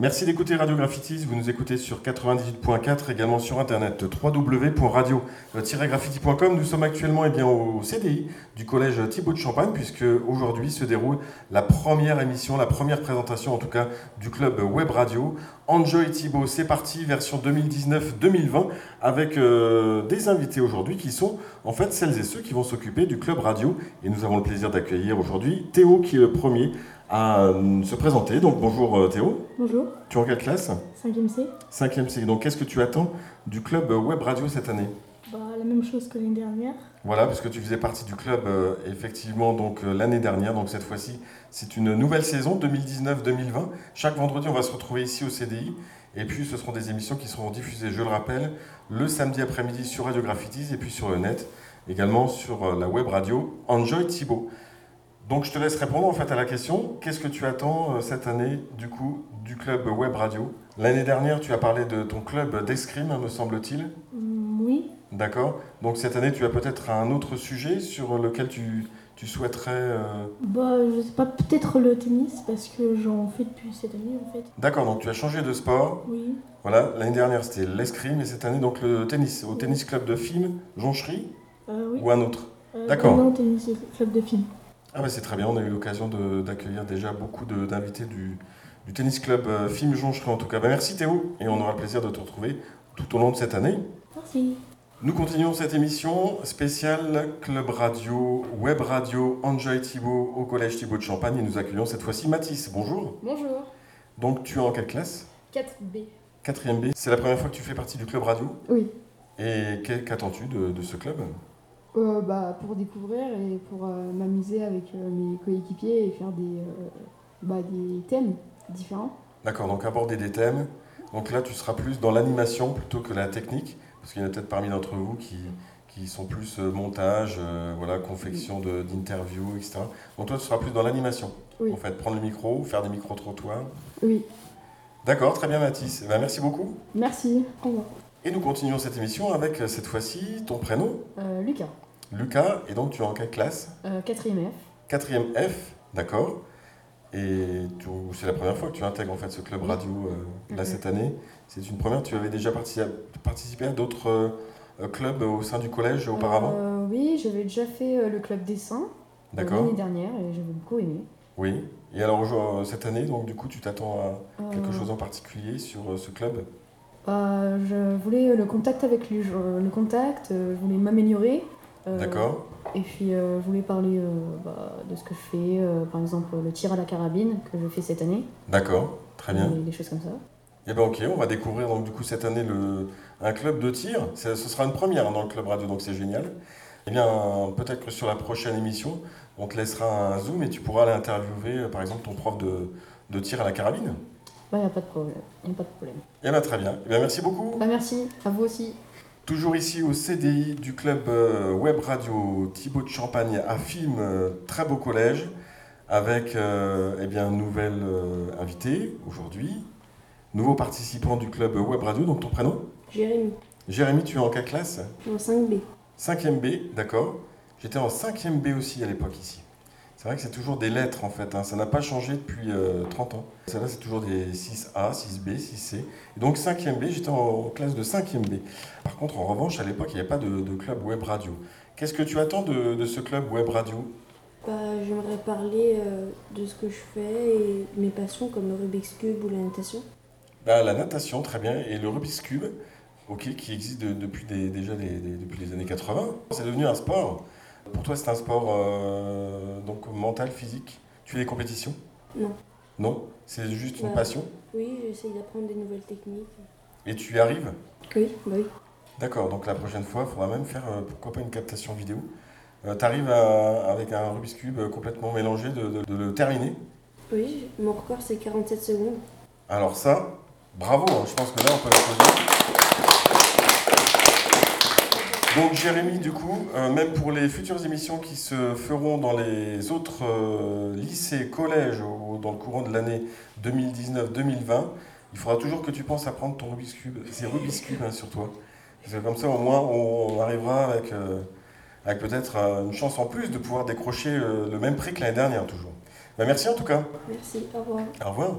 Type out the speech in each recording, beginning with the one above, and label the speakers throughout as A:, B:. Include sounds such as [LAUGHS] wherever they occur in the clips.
A: Merci d'écouter Radio Graffitis. Vous nous écoutez sur 98.4, également sur internet www.radio-graffiti.com. Nous sommes actuellement eh bien, au CDI du collège Thibaut de Champagne, puisque aujourd'hui se déroule la première émission, la première présentation en tout cas du club Web Radio. Enjoy Thibaut, c'est parti, version 2019-2020, avec euh, des invités aujourd'hui qui sont en fait celles et ceux qui vont s'occuper du club radio. Et nous avons le plaisir d'accueillir aujourd'hui Théo, qui est le premier à euh, se présenter. Donc bonjour euh, Théo.
B: Bonjour,
A: Tu es en quelle classe
B: 5ème C.
A: 5e C. Donc qu'est-ce que tu attends du club euh, web radio cette année
B: Bah, la même chose que l'année dernière.
A: Voilà, puisque tu faisais partie du club euh, effectivement donc euh, l'année dernière. Donc cette fois-ci, c'est une nouvelle saison 2019-2020. Chaque vendredi, on va se retrouver ici au CDI. Et puis ce seront des émissions qui seront diffusées, je le rappelle, le samedi après-midi sur Radio Graffitis et puis sur le net, également sur euh, la web radio Enjoy Thibault. Donc je te laisse répondre en fait à la question, qu'est-ce que tu attends euh, cette année du coup du club web radio L'année dernière, tu as parlé de ton club d'escrime, hein, me semble-t-il.
B: Hmm, oui,
A: D'accord. Donc cette année, tu as peut-être un autre sujet sur lequel tu, tu souhaiterais... euh,
B: bah, je sais pas, peut-être le tennis parce que j'en fais depuis cette année en fait.
A: D'accord, donc tu as changé de sport.
B: Oui,
A: Voilà, l'année dernière, c'était l'escrime et cette année, donc le tennis. Au tennis club de Fim, Joncherie
B: euh, oui.
A: ou un autre
B: Euh,
A: d'accord.
B: Non, tennis, club de filles.
A: Ah bah c'est très bien, on a eu l'occasion de- d'accueillir déjà beaucoup de- d'invités du, du tennis club euh, Fim Joncherie en tout cas. Bah, merci Théo et on aura le plaisir de te retrouver tout au long de cette année.
B: Merci.
A: Nous continuons cette émission spéciale Club Radio, Web Radio, Enjoy Thibault au Collège Thibault de Champagne et nous accueillons cette fois-ci Mathis. Bonjour.
C: Bonjour,
A: Donc tu es en quelle classe
C: 4B.
A: 4ème B. C'est la première fois que tu fais partie du Club Radio
C: Oui.
A: Et qu'est- qu'attends-tu de, de ce club
C: Euh, bah, pour découvrir et pour euh, m'amuser avec euh, mes coéquipiers et faire des, euh, bah, des thèmes différents.
A: D'accord, donc aborder des thèmes. Donc là tu seras plus dans l'animation plutôt que la technique, parce qu'il y en a peut-être parmi d'entre vous qui, qui sont plus euh, montage, euh, voilà, confection de- d'interviews, etc. Donc toi tu seras plus dans l'animation.
C: Oui.
A: En fait, prendre le micro, faire des micro-trottoirs.
C: Oui,
A: D'accord, très bien Mathis. Eh ben, merci beaucoup.
C: merci. Au revoir.
A: Et nous continuons cette émission avec euh, cette fois-ci ton prénom,
C: Euh, Lucas,
A: Lucas, et donc tu es en quelle classe
C: 4ème F.
A: 4ème F, d'accord. Et tu- c'est la première fois que tu intègres en fait ce club radio euh, là
C: Mhm.
A: cette année. C'est une première, tu avais déjà partici- participé à d'autres euh, euh, clubs au sein du collège auparavant
C: Euh, Oui, j'avais déjà fait euh, le club dessin euh,
A: D'accord,
C: l'année dernière et j'avais beaucoup aimé.
A: oui. Et alors aujourd'hui, euh, cette année, donc du coup tu t'attends à
C: Euh,
A: quelque chose en particulier sur euh, ce club
C: bah, Je voulais euh, le contact avec lui, je- le contact, euh, je voulais m'améliorer. euh,
A: D'accord,
C: Et puis, euh, je voulais parler euh, bah, de ce que je fais, euh, par exemple le tir à la carabine que je fais cette année,
A: d'accord, très bien.
C: et des choses comme ça.
A: Eh ben ok, on va découvrir donc du coup cette année le, un club de tir. Ça- ce sera une première hein, dans le club radio, donc c'est génial. Eh bien, peut-être que sur la prochaine émission, on te laissera un zoom et tu pourras aller interviewer euh, par exemple ton prof de, de tir à la carabine.
C: Bah, y a pas de problème. Y a pas de problème.
A: Eh bien très bien. Eh bien merci beaucoup.
C: Bah, merci, à vous aussi.
A: Toujours ici au CDI du club euh, web radio Thibaut de Champagne à Film, euh, très beau collège, avec euh, eh bien, un nouvel euh, invité aujourd'hui, nouveau participant du club euh, web radio, donc ton prénom
D: Jérémy,
A: Jérémy, tu es en quelle classe
D: en 5B.
A: 5e B, d'accord. J'étais en 5e B aussi à l'époque ici. C'est vrai que c'est toujours des lettres en fait, hein. ça n'a pas changé depuis euh, 30 ans. Celle-là c'est toujours des 6A, 6B, 6C. Et donc 5e B, j'étais en, en classe de 5e B. Par contre en revanche à l'époque il n'y avait pas de, de club web radio. Qu'est-ce que tu attends de, de ce club web radio
D: Bah, J'aimerais parler euh, de ce que je fais et de mes passions comme le Rubik's Cube ou la natation.
A: Bah, La natation, très bien, et le Rubik's Cube, ok, qui existe de- depuis des- déjà des- des- depuis les années 80. C'est devenu un sport. Pour toi, c'est un sport euh, donc mental, physique. Tu fais des compétitions
D: Non.
A: Non C'est juste une
D: Ouais.
A: passion
D: Oui, j'essaye d'apprendre des nouvelles techniques.
A: Et tu y arrives
D: Oui, bah oui.
A: D'accord, donc la prochaine fois, il faudra même faire, euh, pourquoi pas, une captation vidéo. tu arrives avec un Rubik's Cube euh, complètement mélangé de- de- de le terminer
D: Oui, mon record c'est 47 secondes.
A: Alors ça, bravo, hein. je pense que là on peut l'applaudir. Donc Jérémy, du coup, euh, même pour les futures émissions qui se feront dans les autres euh, lycées, collèges ou dans le courant de l'année 2019-2020, il faudra toujours que tu penses à prendre ton Rubik's Cube. C'est Rubik's Cube hein, sur toi. Parce que comme ça, au moins, on, on arrivera avec, euh, avec peut-être euh, une chance en plus de pouvoir décrocher euh, le même prix que l'année dernière, toujours. Bah, merci en tout cas.
D: Merci, au revoir.
A: Au revoir.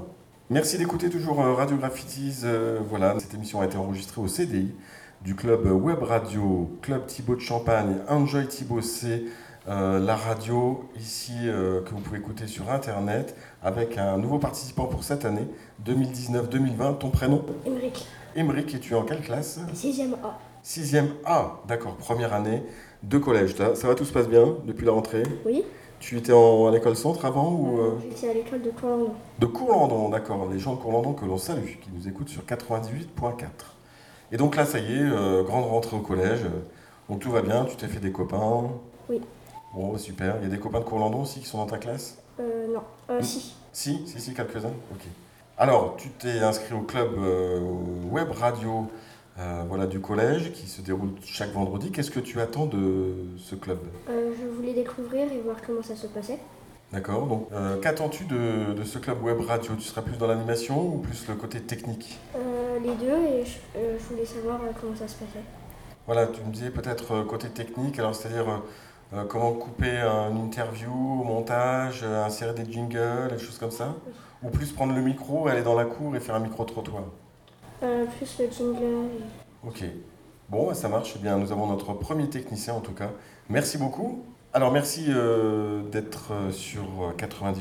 A: Merci d'écouter toujours euh, Radio Graffitis. euh, voilà, cette émission a été enregistrée au CDI du club euh, Web Radio, Club Thibaut de Champagne, Enjoy Thibaut C, euh, la radio ici euh, que vous pouvez écouter sur Internet avec un nouveau participant pour cette année 2019-2020. Ton prénom
E: Émeric,
A: Émeric, et tu es en quelle classe
E: 6ème A.
A: 6e A, d'accord, première année de collège. Ça, ça va, tout se passe bien depuis la rentrée
E: Oui.
A: Tu étais en- à l'école centre avant ou euh,
E: J'étais à l'école de Courlandon.
A: De Courlandon, d'accord, les gens de Courlandon que l'on salue, qui nous écoutent sur 98.4. Et donc là, ça y est, euh, grande rentrée au collège, euh, donc tout va bien, tu t'es fait des copains
E: Oui.
A: Bon, bah, super. Il y a des copains de Courlandon aussi qui sont dans ta classe
E: Euh, non. Euh,
A: Mm.
E: si.
A: Si, si, si, quelques-uns Ok. Alors, tu t'es inscrit au club euh, web radio euh, voilà, du collège qui se déroule chaque vendredi. Qu'est-ce que tu attends de ce club
E: Euh, je voulais découvrir et voir comment ça se passait.
A: D'accord, donc euh, qu'attends-tu de, de ce club web radio Tu seras plus dans l'animation ou plus le côté technique
E: Euh, les deux, et je, euh, je voulais savoir euh, comment ça se passait.
A: Voilà, tu me disais peut-être euh, côté technique, alors c'est-à-dire euh, euh, comment couper euh, une interview, au montage, euh, insérer des jingles, des choses comme ça Ou plus prendre le micro, aller dans la cour et faire un micro-trottoir
E: Euh, plus le jingle. et-
A: Ok. Bon, bah, ça marche. Eh bien, nous avons notre premier technicien en tout cas. Merci beaucoup. Alors, merci euh, d'être euh, sur euh, 98.4.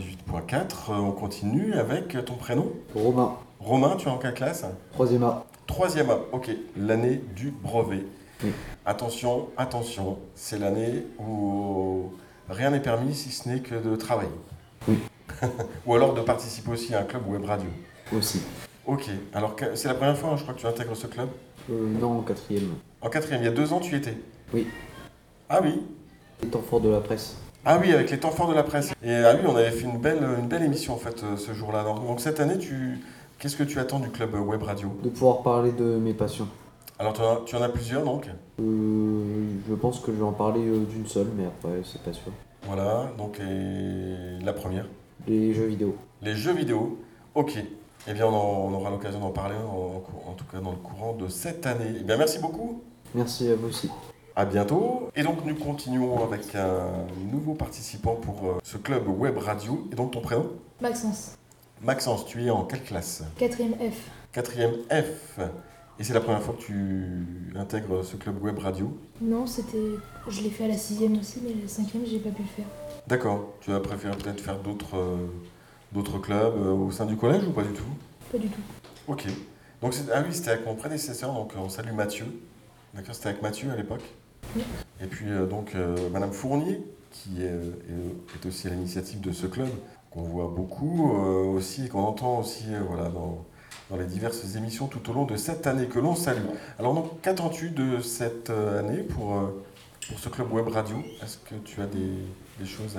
A: Euh, on continue avec euh, ton prénom.
F: Romain,
A: Romain, tu es en quelle classe
F: troisième A.
A: Troisième A, ok, l'année du brevet.
F: Oui.
A: Attention, attention, c'est l'année où rien n'est permis si ce n'est que de travailler.
F: Oui.
A: [LAUGHS] Ou alors de participer aussi à un club web radio.
F: aussi.
A: Ok, alors que- c'est la première fois, hein, je crois que tu intègres ce club.
F: Euh, non, quatrième.
A: En quatrième, il y a deux ans, tu y étais
F: Oui.
A: Ah oui
F: Les temps forts de la presse.
A: Ah oui, avec les temps forts de la presse. Et ah oui, on avait fait une belle, une belle émission en fait euh, ce jour-là. Alors, Donc cette année, tu... qu'est-ce que tu attends du club euh, web radio
F: De pouvoir parler de mes passions.
A: Alors tu en as- tu en as plusieurs donc
F: Euh, je pense que je vais en parler euh, d'une seule, mais après, c'est pas sûr.
A: Voilà, donc et la première.
F: Les jeux vidéo.
A: Les jeux vidéo, ok. Eh bien, on, en- on aura l'occasion d'en parler, en, en tout cas dans le courant de cette année. Eh bien, merci beaucoup.
F: Merci à vous aussi.
A: À bientôt. Et donc, nous continuons avec un nouveau participant pour euh, ce club web radio. Et donc, ton prénom
G: Maxence,
A: Maxence, tu es en quelle classe
G: 4ème F.
A: Quatrième F. Et c'est la première fois que tu intègres ce club web radio.
G: Non, c'était. Je l'ai fait à la 6ème aussi, mais la 5ème, j'ai pas pu le faire.
A: D'accord. Tu as préféré peut-être faire d'autres euh, d'autres clubs euh, au sein du collège ou pas du tout
G: Pas du tout.
A: Ok. Donc, c'est- ah oui, c'était avec mon prédécesseur, donc euh, on salue Mathieu. D'accord, c'était avec Mathieu à l'époque.
G: Oui.
A: Et puis, euh, donc, euh, Madame Fournier, qui est, euh, est- est aussi à l'initiative de ce club, qu'on voit beaucoup euh, aussi et qu'on entend aussi euh, voilà, dans, dans les diverses émissions tout au long de cette année que l'on salue. Alors, donc, qu'attends-tu de cette euh, année pour, euh, pour ce club web radio Est-ce que tu as des, des choses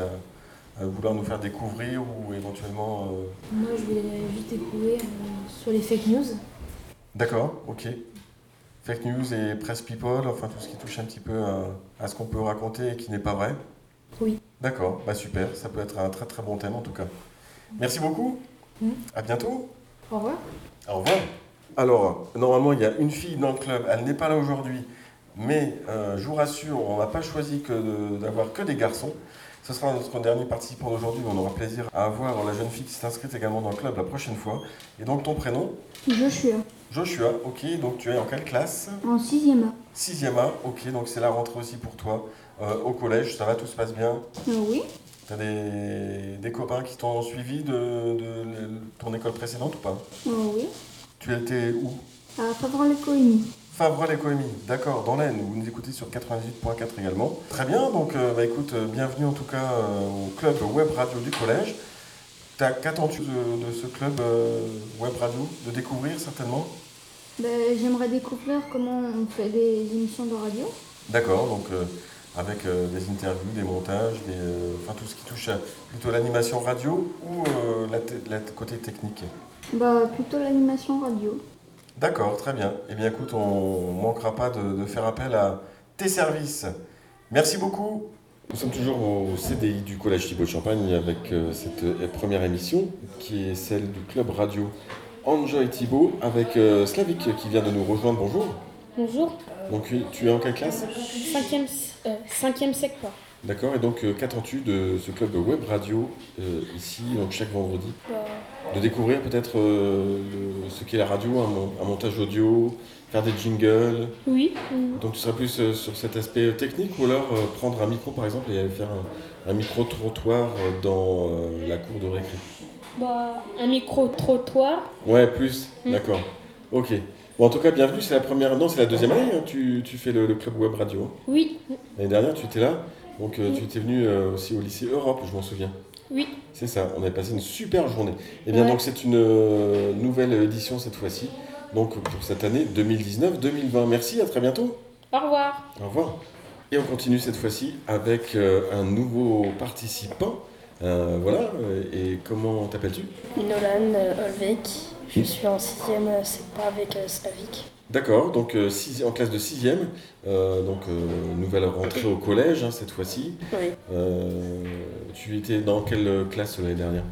A: à, à vouloir nous faire découvrir ou éventuellement. euh,
G: Moi, je voulais juste découvrir euh, sur les fake news.
A: D'accord, ok. Fake news et press people, enfin tout ce qui touche un petit peu à, à ce qu'on peut raconter et qui n'est pas vrai.
G: Oui.
A: D'accord, bah super, ça peut être un très très bon thème en tout cas. Merci beaucoup.
G: Mm.
A: À bientôt.
G: Au revoir.
A: Au revoir. Alors, normalement, il y a une fille dans le club, elle n'est pas là aujourd'hui, mais euh, je vous rassure, on n'a pas choisi que de- d'avoir que des garçons. Ce sera notre dernier participant d'aujourd'hui, mais on aura plaisir à avoir la jeune fille qui s'est inscrite également dans le club la prochaine fois. Et donc ton prénom
H: Je suis là.
A: Joshua, ok, donc tu es en quelle classe
H: En sixième A.
A: Sixième A, ok, donc c'est la rentrée aussi pour toi euh, au collège, ça va, tout se passe bien
H: Euh, oui.
A: T'as des, des copains qui t'ont suivi de, de l- ton école précédente ou pas
H: Euh, oui.
A: Tu étais où
H: À favre le coémie.
A: Favrol et Coémie, d'accord, dans l'Aisne, vous nous écoutez sur 98.4 également. Très bien, donc euh, bah, écoute, euh, bienvenue en tout cas euh, au club web radio du collège. T'as- Qu'attends-tu de, de ce club euh, web radio De découvrir certainement
H: Ben, J'aimerais découvrir comment on fait des émissions de radio.
A: D'accord, donc euh, avec euh, des interviews, des montages, des, euh, enfin tout ce qui touche à plutôt l'animation radio ou euh, la, te- la t- côté technique.
H: Bah plutôt l'animation radio.
A: D'accord, très bien. Eh bien écoute, on ne manquera pas de, de faire appel à tes services. Merci beaucoup. Nous sommes toujours au CDI du Collège Thibault de Champagne avec euh, cette euh, première émission qui est celle du club radio Enjoy Thibault avec euh, Slavik qui vient de nous rejoindre. Bonjour.
I: Bonjour,
A: Donc tu es en quelle classe
I: cinquième, euh, cinquième secteur.
A: D'accord, et donc euh, qu'attends-tu de ce club web radio euh, ici, donc chaque vendredi
E: Bah,
A: De découvrir peut-être euh, le- ce qu'est la radio, un, mon- un montage audio, faire des jingles.
E: oui.
A: Donc tu seras plus euh, sur cet aspect technique ou alors euh, prendre un micro par exemple et aller faire un, un micro-trottoir euh, dans euh, la cour de récré.
E: Bah, un micro-trottoir.
A: Ouais, plus,
E: Mm.
A: d'accord. Ok. Bon, en tout cas, bienvenue, c'est la première, non, c'est la deuxième année, hein, tu, tu fais le, le club web radio. hein.
E: Oui.
A: L'année dernière, tu étais là, donc euh,
E: Mm.
A: tu étais venu euh, aussi au lycée Europe, je m'en souviens.
E: Oui.
A: C'est ça, on avait passé une super journée. Eh bien,
E: Ouais.
A: donc c'est une euh, nouvelle édition cette fois-ci, donc pour cette année 2019-2020. Merci, à très bientôt.
E: Au revoir.
A: Au revoir. Et on continue cette fois-ci avec euh, un nouveau participant. Euh, voilà, euh, et comment t'appelles-tu
I: Nolan euh, Olvek, je suis en 6ème pas avec euh, Slavic.
A: D'accord, donc euh, sixi- en classe de 6e, donc euh, nouvelle rentrée au collège hein, cette fois-ci.
I: Oui.
A: Euh, tu étais dans quelle classe l'année dernière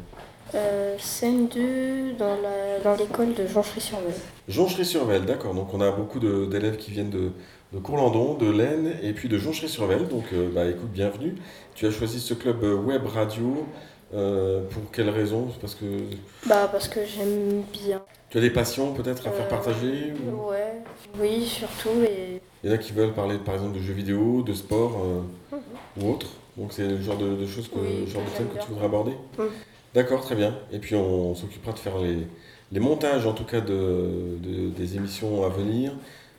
I: Euh, scène 2 dans la- dans l'école de Jonchery-sur-Meuse.
A: Jonchery-sur-Velle, d'accord, donc on a beaucoup de- d'élèves qui viennent de, de Courlandon, de l'Aisne et puis de Jonchery-sur-Velle, donc euh, bah, écoute, bienvenue. Tu as choisi ce club euh, web radio, euh, pour quelle raison Parce que
I: Bah parce que j'aime bien.
A: tu as des passions peut-être à faire
I: Euh,
A: partager ou-
I: Ouais. Oui, surtout et
A: Il y en a qui veulent parler par exemple de jeux vidéo, de sport euh, ou autre. Donc c'est le genre de, de choses que,
I: Mhm. Oui,
A: le genre de
I: j'aime
A: thème que
I: bien.
A: tu voudrais aborder.
I: Mhm.
A: D'accord, très bien. Et puis on, s'occupera de faire les, les montages en tout cas de, de- des émissions à venir,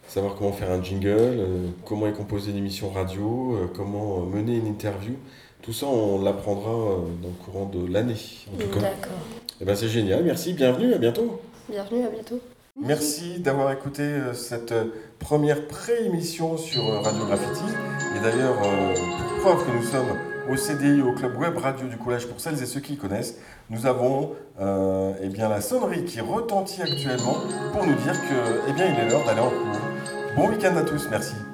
A: savoir comment faire un jingle, euh, comment est composée une émission radio, euh, comment mener une interview. Tout ça on l'apprendra euh, dans le courant de l'année en tout cas.
I: d'accord.
A: Et ben c'est génial, merci, bienvenue, à bientôt.
I: Bienvenue, à bientôt.
A: Merci d'avoir écouté euh, cette euh, première pré-émission sur euh, Radio Graffiti. Et d'ailleurs, euh, pour preuve que nous sommes au CDI, au Club Web Radio du Collège, pour celles et ceux qui connaissent, nous avons euh, eh bien, la sonnerie qui retentit actuellement pour nous dire que, eh bien, il est l'heure d'aller en cours. Bon week-end à tous, merci.